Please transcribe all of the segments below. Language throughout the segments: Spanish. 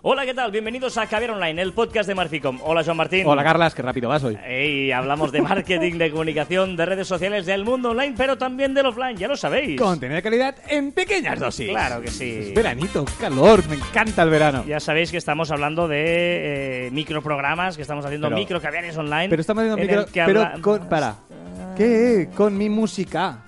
Hola, ¿qué tal? Bienvenidos a Javier Online, el podcast de Marficom. Hola, Joan Martín. Hola, Carlas, qué rápido vas hoy. Ey, hablamos de marketing, de comunicación, de redes sociales, del mundo online, pero también del offline, ya lo sabéis. Contenido de calidad en pequeñas dosis. Claro que sí. Es veranito, calor, me encanta el verano. Ya sabéis que estamos hablando de eh, microprogramas, que estamos haciendo Pero- micro caviares online. Pero estamos haciendo en micro... el que Pero habla- con... Para. ¿Qué? Con mi música.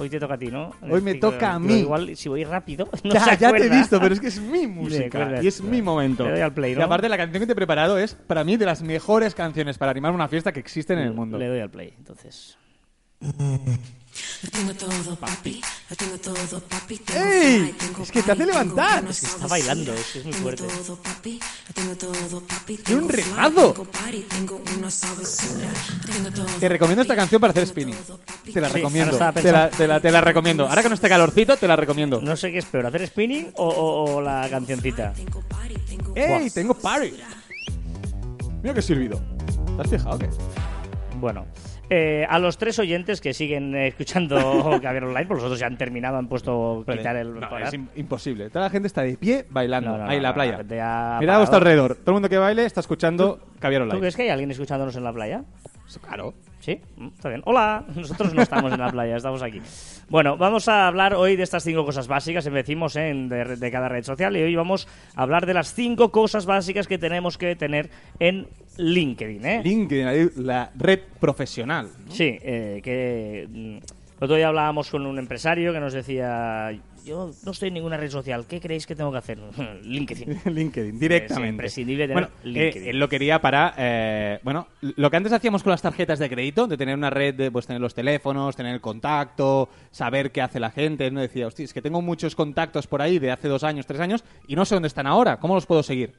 Hoy te toca a ti, ¿no? Hoy me Digo, toca a digo, mí. Igual, si voy rápido, no ya, se ya te he acuerda. visto, pero es que es mi música. acuerdas. Y es mi momento. Le doy al play, ¿no? Y aparte, la canción que te he preparado es, para mí, de las mejores canciones para animar una fiesta que existen en el mundo. Le doy al play, entonces. Lo tengo todo, papi. Lo tengo todo, papi. Tengo ¡Ey! fly, tengo Es que te hace fly, levantar. tengo ganas Es que está de bailando, decir, es que es muy tengo fuerte. todo, papi. Lo tengo todo, papi. ¡Y un Tengo fly, ritmazo! tengo party, tengo una sabrosura. Lo tengo todo, Te recomiendo esta papi. canción para hacer Tengo spinning. todo, papi. Te la Sí, recomiendo. ahora estaba Te la, te, la, te la recomiendo. Ahora con este calorcito, te la recomiendo. No sé qué es peor, ¿hacer spinning o, o- o la cancioncita? Tengo party, tengo ¡Ey! Tengo party. Mira que silbido. ¿Te has fijado que? Bueno, eh, a los tres oyentes que siguen eh, escuchando Caviar Online, por los otros ya han terminado, han puesto quitar el... No, parar. es im- imposible. Toda la gente está de pie bailando No, no, no, ahí en no, la la playa. gente ha Mira a parado. vuestro alrededor. Todo el mundo que baile está escuchando Caviar ¿Tú Online. crees que hay alguien escuchándonos en la playa? Claro. Sí, mm, está bien. Hola, nosotros no estamos en la playa, estamos aquí. Bueno, vamos a hablar hoy de estas cinco cosas básicas, empecimos en, de, de cada red social y hoy vamos a hablar de las cinco cosas básicas que tenemos que tener en LinkedIn. ¿eh? LinkedIn, ahí, la red profesional. Sí, eh, que mm, el otro día hablábamos con un empresario que nos decía, yo no estoy en ninguna red social, ¿qué creéis que tengo que hacer? LinkedIn. LinkedIn, directamente. Es imprescindible tener bueno, LinkedIn. eh, él lo quería para. eh, bueno, lo que antes hacíamos con las tarjetas de crédito, de tener una red, de pues tener los teléfonos, tener el contacto, saber qué hace la gente. Él me decía, hostia, es que tengo muchos contactos por ahí de hace dos años, tres años, y no sé dónde están ahora. ¿Cómo los puedo seguir?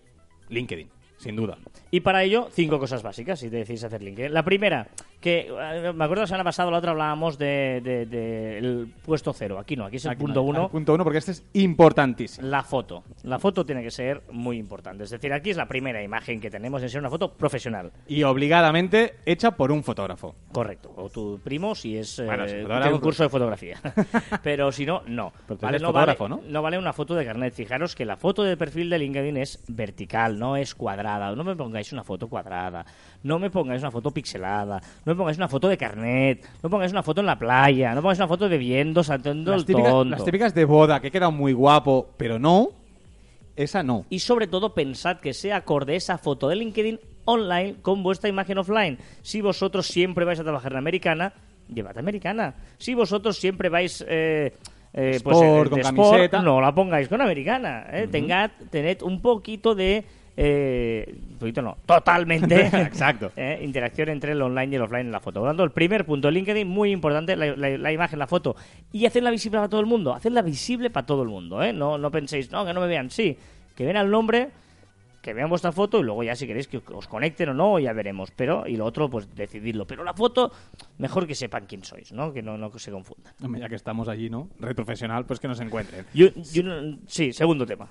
LinkedIn, sin duda. Y para ello, cinco cosas básicas, si te decís hacer LinkedIn. La primera, que eh, me acuerdo la semana pasada, la otra hablábamos del de, del puesto cero. Aquí no, aquí es el Este punto uno. Al Punto uno, porque este es importantísimo. La foto. La foto tiene que ser muy importante. Es decir, aquí es la primera imagen que tenemos en ser una foto profesional. Y obligadamente hecha por un fotógrafo. Correcto. O tu primo si es eh, Bueno, sí, tiene fotógrafo. pues- un curso de fotografía. Pero si no, no. Pero tú eres no, fotógrafo, vale, ¿no? vale una foto de carnet. Fijaros que la foto de perfil de LinkedIn es vertical, no es cuadrada. No me pongáis una foto cuadrada. No me pongáis una foto pixelada. No me pongáis una foto de carnet. No me pongáis una foto en la playa. No me pongáis una foto bebiendo, saltando Las el típicas, tonto. las típicas de boda, que queda muy guapo, pero no. Esa no. Y sobre todo pensad que sea acorde esa foto de LinkedIn online con vuestra imagen offline. Si vosotros siempre vais a trabajar en americana, llevad americana. Si vosotros siempre vais... eh, eh, pues, Sport, eh, de con sport, camiseta. no la pongáis con americana. eh. Tengad, tened un poquito de... eh, un poquito no, totalmente. Exacto. eh, interacción entre el online y el offline en la foto. Por lo tanto, el primer punto de LinkedIn, muy importante, la, la- la imagen, la foto. Y hacerla visible para todo el mundo. Hacerla visible para todo el mundo. ¿eh? No, no penséis, no, que no me vean. Sí, que vean el nombre, que vean vuestra foto y luego ya si queréis que os conecten o no, ya veremos. Pero, y lo otro, pues decidirlo. Pero la foto, mejor que sepan quién sois, ¿no? Que no, no se confundan. Hombre, Ya que estamos allí, ¿no? Red profesional, pues que nos encuentren. Yo- yo no- sí, segundo tema.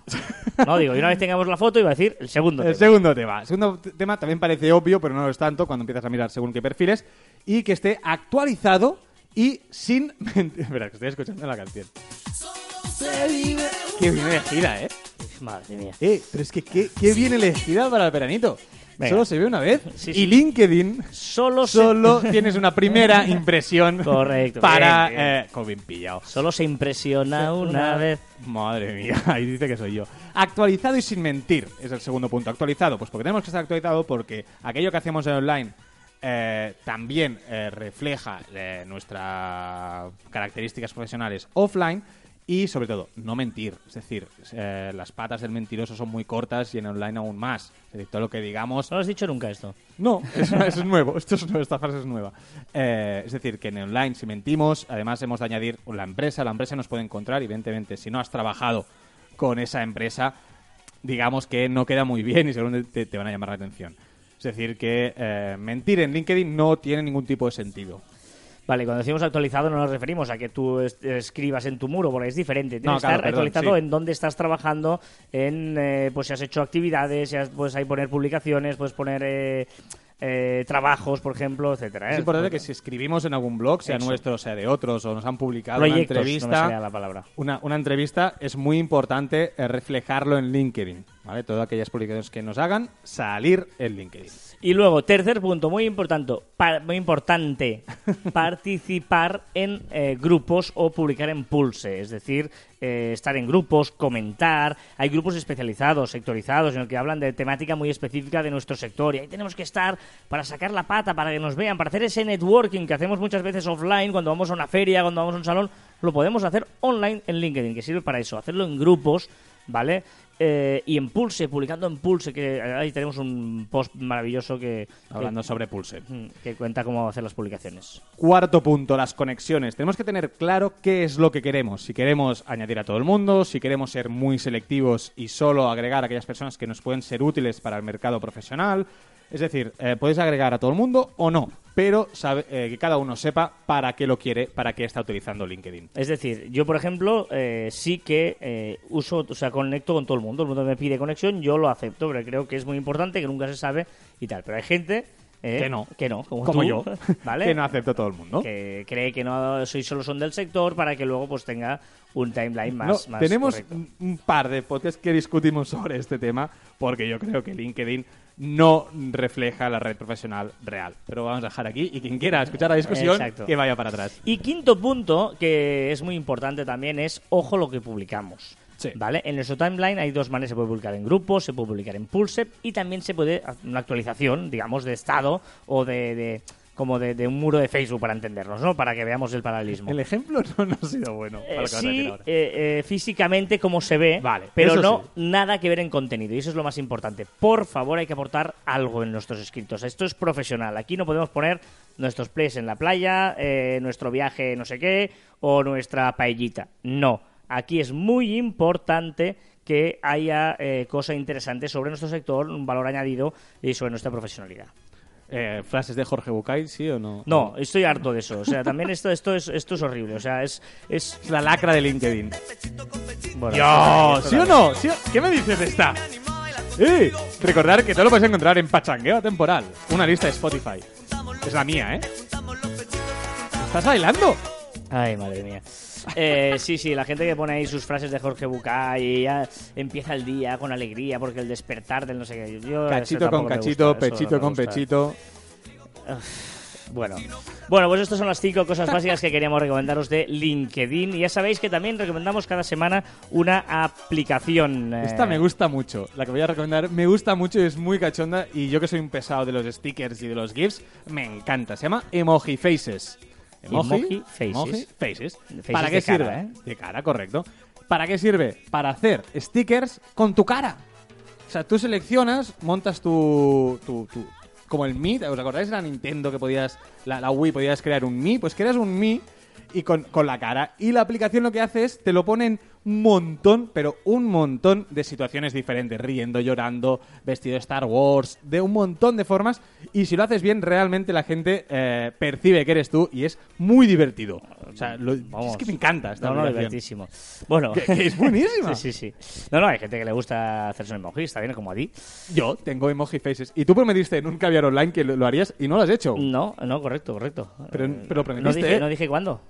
No, digo, y una vez tengamos la foto, iba a decir el segundo El tema. segundo tema. El segundo t- tema también parece obvio, pero no lo es tanto cuando empiezas a mirar según qué perfiles. Y que esté actualizado y sin... ment- Espera, que estoy escuchando la canción. Qué bien elegida, ¿eh? Madre mía. Eh, pero es que qué, qué bien elegida para el veranito. Venga. Solo se ve una vez. Sí, sí. Y LinkedIn... Solo, se- Solo tienes una primera impresión Correcto, para... bien, bien. eh, como bien pillado. solo se impresiona una vez. Madre mía, ahí dice que soy yo. Actualizado y sin mentir es el segundo punto. Actualizado, pues porque tenemos que estar actualizado porque aquello que hacemos en online eh, también eh, refleja eh, nuestras características profesionales offline y sobre todo no mentir. Es decir, eh, las patas del mentiroso son muy cortas y en online aún más. Es decir, todo lo que digamos No lo has dicho nunca esto. no, es, es nuevo. Esto es nuevo, esta frase es nueva. Eh, es decir, que en online, si mentimos, además hemos de añadir la empresa. La empresa nos puede encontrar, evidentemente. Si no has trabajado con esa empresa, digamos que no queda muy bien y seguramente te, te van a llamar la atención. Es decir, que eh, mentir en LinkedIn no tiene ningún tipo de sentido. Vale, cuando decimos actualizado no nos referimos a que tú es- escribas en tu muro, porque es diferente. Tiene No, que claro, estar perdón, actualizado sí. en dónde estás trabajando, en eh, pues si has hecho actividades, si has- puedes ahí poner publicaciones, puedes poner eh, eh, trabajos, por ejemplo, etcétera. Es ¿eh? importante que si escribimos en algún blog, sea Eso. nuestro, sea de otros, o nos han publicado proyectos, una no me entrevista, salía la palabra. Una, una entrevista es muy importante eh, reflejarlo en LinkedIn. ¿Vale? Todas aquellas publicaciones que nos hagan salir en LinkedIn. Y luego, tercer punto, muy importante, pa- muy importante participar en eh, grupos o publicar en Pulse, es decir, eh, estar en grupos, comentar. Hay grupos especializados, sectorizados, en el que hablan de temática muy específica de nuestro sector y ahí tenemos que estar para sacar la pata, para que nos vean, para hacer ese networking que hacemos muchas veces offline, cuando vamos a una feria, cuando vamos a un salón, lo podemos hacer online en LinkedIn, que sirve para eso, hacerlo en grupos, ¿vale? Eh, y en Pulse, publicando en Pulse, que ahí tenemos un post maravilloso que, Hablando sobre Pulse. que, que cuenta cómo hacer las publicaciones. Cuarto punto, las conexiones. Tenemos que tener claro qué es lo que queremos. Si queremos añadir a todo el mundo, si queremos ser muy selectivos y solo agregar a aquellas personas que nos pueden ser útiles para el mercado profesional. Es decir, eh, podéis agregar a todo el mundo o no, pero sabe- eh, que cada uno sepa para qué lo quiere, para qué está utilizando LinkedIn. Es decir, yo por ejemplo eh, sí que eh, uso, o sea, conecto con todo el mundo. El mundo me pide conexión, yo lo acepto, pero creo que es muy importante, que nunca se sabe y tal. Pero hay gente eh, Que no. que no, como, Como tú, yo, ¿vale? que no acepto a todo el mundo. Que cree que no soy solo son del sector para que luego pues tenga un timeline más, No, más tenemos correcto. un- un par de podcasts que discutimos sobre este tema porque yo creo que LinkedIn no refleja la red profesional real. Pero vamos a dejar aquí y quien quiera escuchar la discusión Exacto. que vaya para atrás. Y quinto punto, que es muy importante también, es ojo lo que publicamos. Sí. ¿Vale? En nuestro timeline hay dos maneras, se puede publicar en grupos, se puede publicar en Pulse y también se puede hacer una actualización, digamos, de estado o de, de- como de, de un muro de Facebook para entendernos, ¿no? Para que veamos el paralelismo. El ejemplo no, no ha sido bueno. Eh, para lo que vas a decir sí, ahora. eh, eh, físicamente como se ve, Vale, pero eso no sí. nada que ver en contenido. Y eso es lo más importante. Por favor, hay que aportar algo en nuestros escritos. Esto es profesional. Aquí no podemos poner nuestros plays en la playa, eh, nuestro viaje no sé qué, o nuestra paellita. No. Aquí es muy importante que haya eh, cosa interesante sobre nuestro sector, un valor añadido y sobre nuestra profesionalidad. Eh, ¿Frases de Jorge Bucay, sí o no? No, estoy harto de eso. O sea, también esto, esto, es, esto es horrible. O sea, es... es Es la lacra de LinkedIn. bueno, ¡Dios! ¿Sí o no? ¿Sí o- ¿Qué me dices de esta? Eh, recordar que todo lo podéis encontrar en Pachangueo Temporal, una lista de Spotify. Es la mía, ¿eh? ¿Estás bailando? Ay, madre mía. Eh, sí, sí, la gente que pone ahí sus frases de Jorge Bucay y ya empieza el día con alegría porque el despertar del no sé qué. yo- eso Cachito tampoco con me cachito, gusta, eso pechito no me con gusta. pechito. Bueno. bueno, pues estas son las cinco cosas básicas que queríamos recomendaros de LinkedIn. Y ya sabéis que también recomendamos cada semana una aplicación. eh, Esta me gusta mucho, la que voy a recomendar me gusta mucho y es muy cachonda y yo que soy un pesado de los stickers y de los gifs, me encanta. Se llama Emoji Faces. Emoji Faces. Faces. Faces ¿Para qué de cara, ¿eh? sirve? eh? De cara, correcto. ¿Para qué sirve? Para hacer stickers con tu cara. O sea, tú seleccionas, montas tu, tu, tu- como el Mi, ¿os acordáis de la Nintendo que podías, la, la Wii, podías crear un Mi? Pues creas un Mi y con, con la cara. Y la aplicación lo que hace es, te lo ponen un montón, pero un montón de situaciones diferentes. Riendo, llorando, vestido de Star Wars, de un montón de formas. Y si lo haces bien, realmente la gente eh, percibe que eres tú y es muy divertido. O sea, lo- Vamos. es que me encanta esta No, no, aplicación. divertísimo. Bueno. Que- que es buenísima. Sí, sí, sí. No, no, hay gente que le gusta hacerse un emoji, está bien, como a ti. Yo tengo emoji faces. Y tú prometiste en un caviar online que lo, lo harías y no lo has hecho. No, no, correcto, correcto. Pero- Eh, pero no prometiste, dije, ¿eh? no dije cuándo.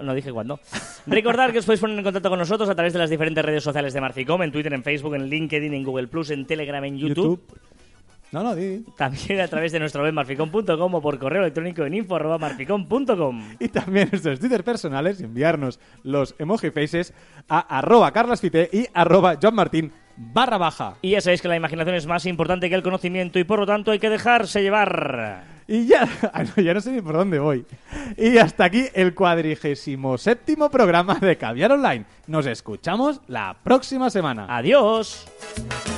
No dije cuándo. Recordar que os podéis poner en contacto con nosotros a través de las diferentes redes sociales de Marficom, en Twitter, en Facebook, en LinkedIn, en Google Plus, en Telegram, en YouTube. No, no, di, di. También a través de nuestro web marficom.com o por correo electrónico en info.marficom.com. Y también nuestros Twitter personales y enviarnos los emoji faces a arroba carlasfite y arroba johnmartin barra baja. Y ya sabéis que la imaginación es más importante que el conocimiento y por lo tanto hay que dejarse llevar. Y ya, ah, no, ya no sé ni por dónde voy. Y hasta aquí el cuadrigésimo séptimo programa de Caviar Online. Nos escuchamos la próxima semana. Adiós. Tú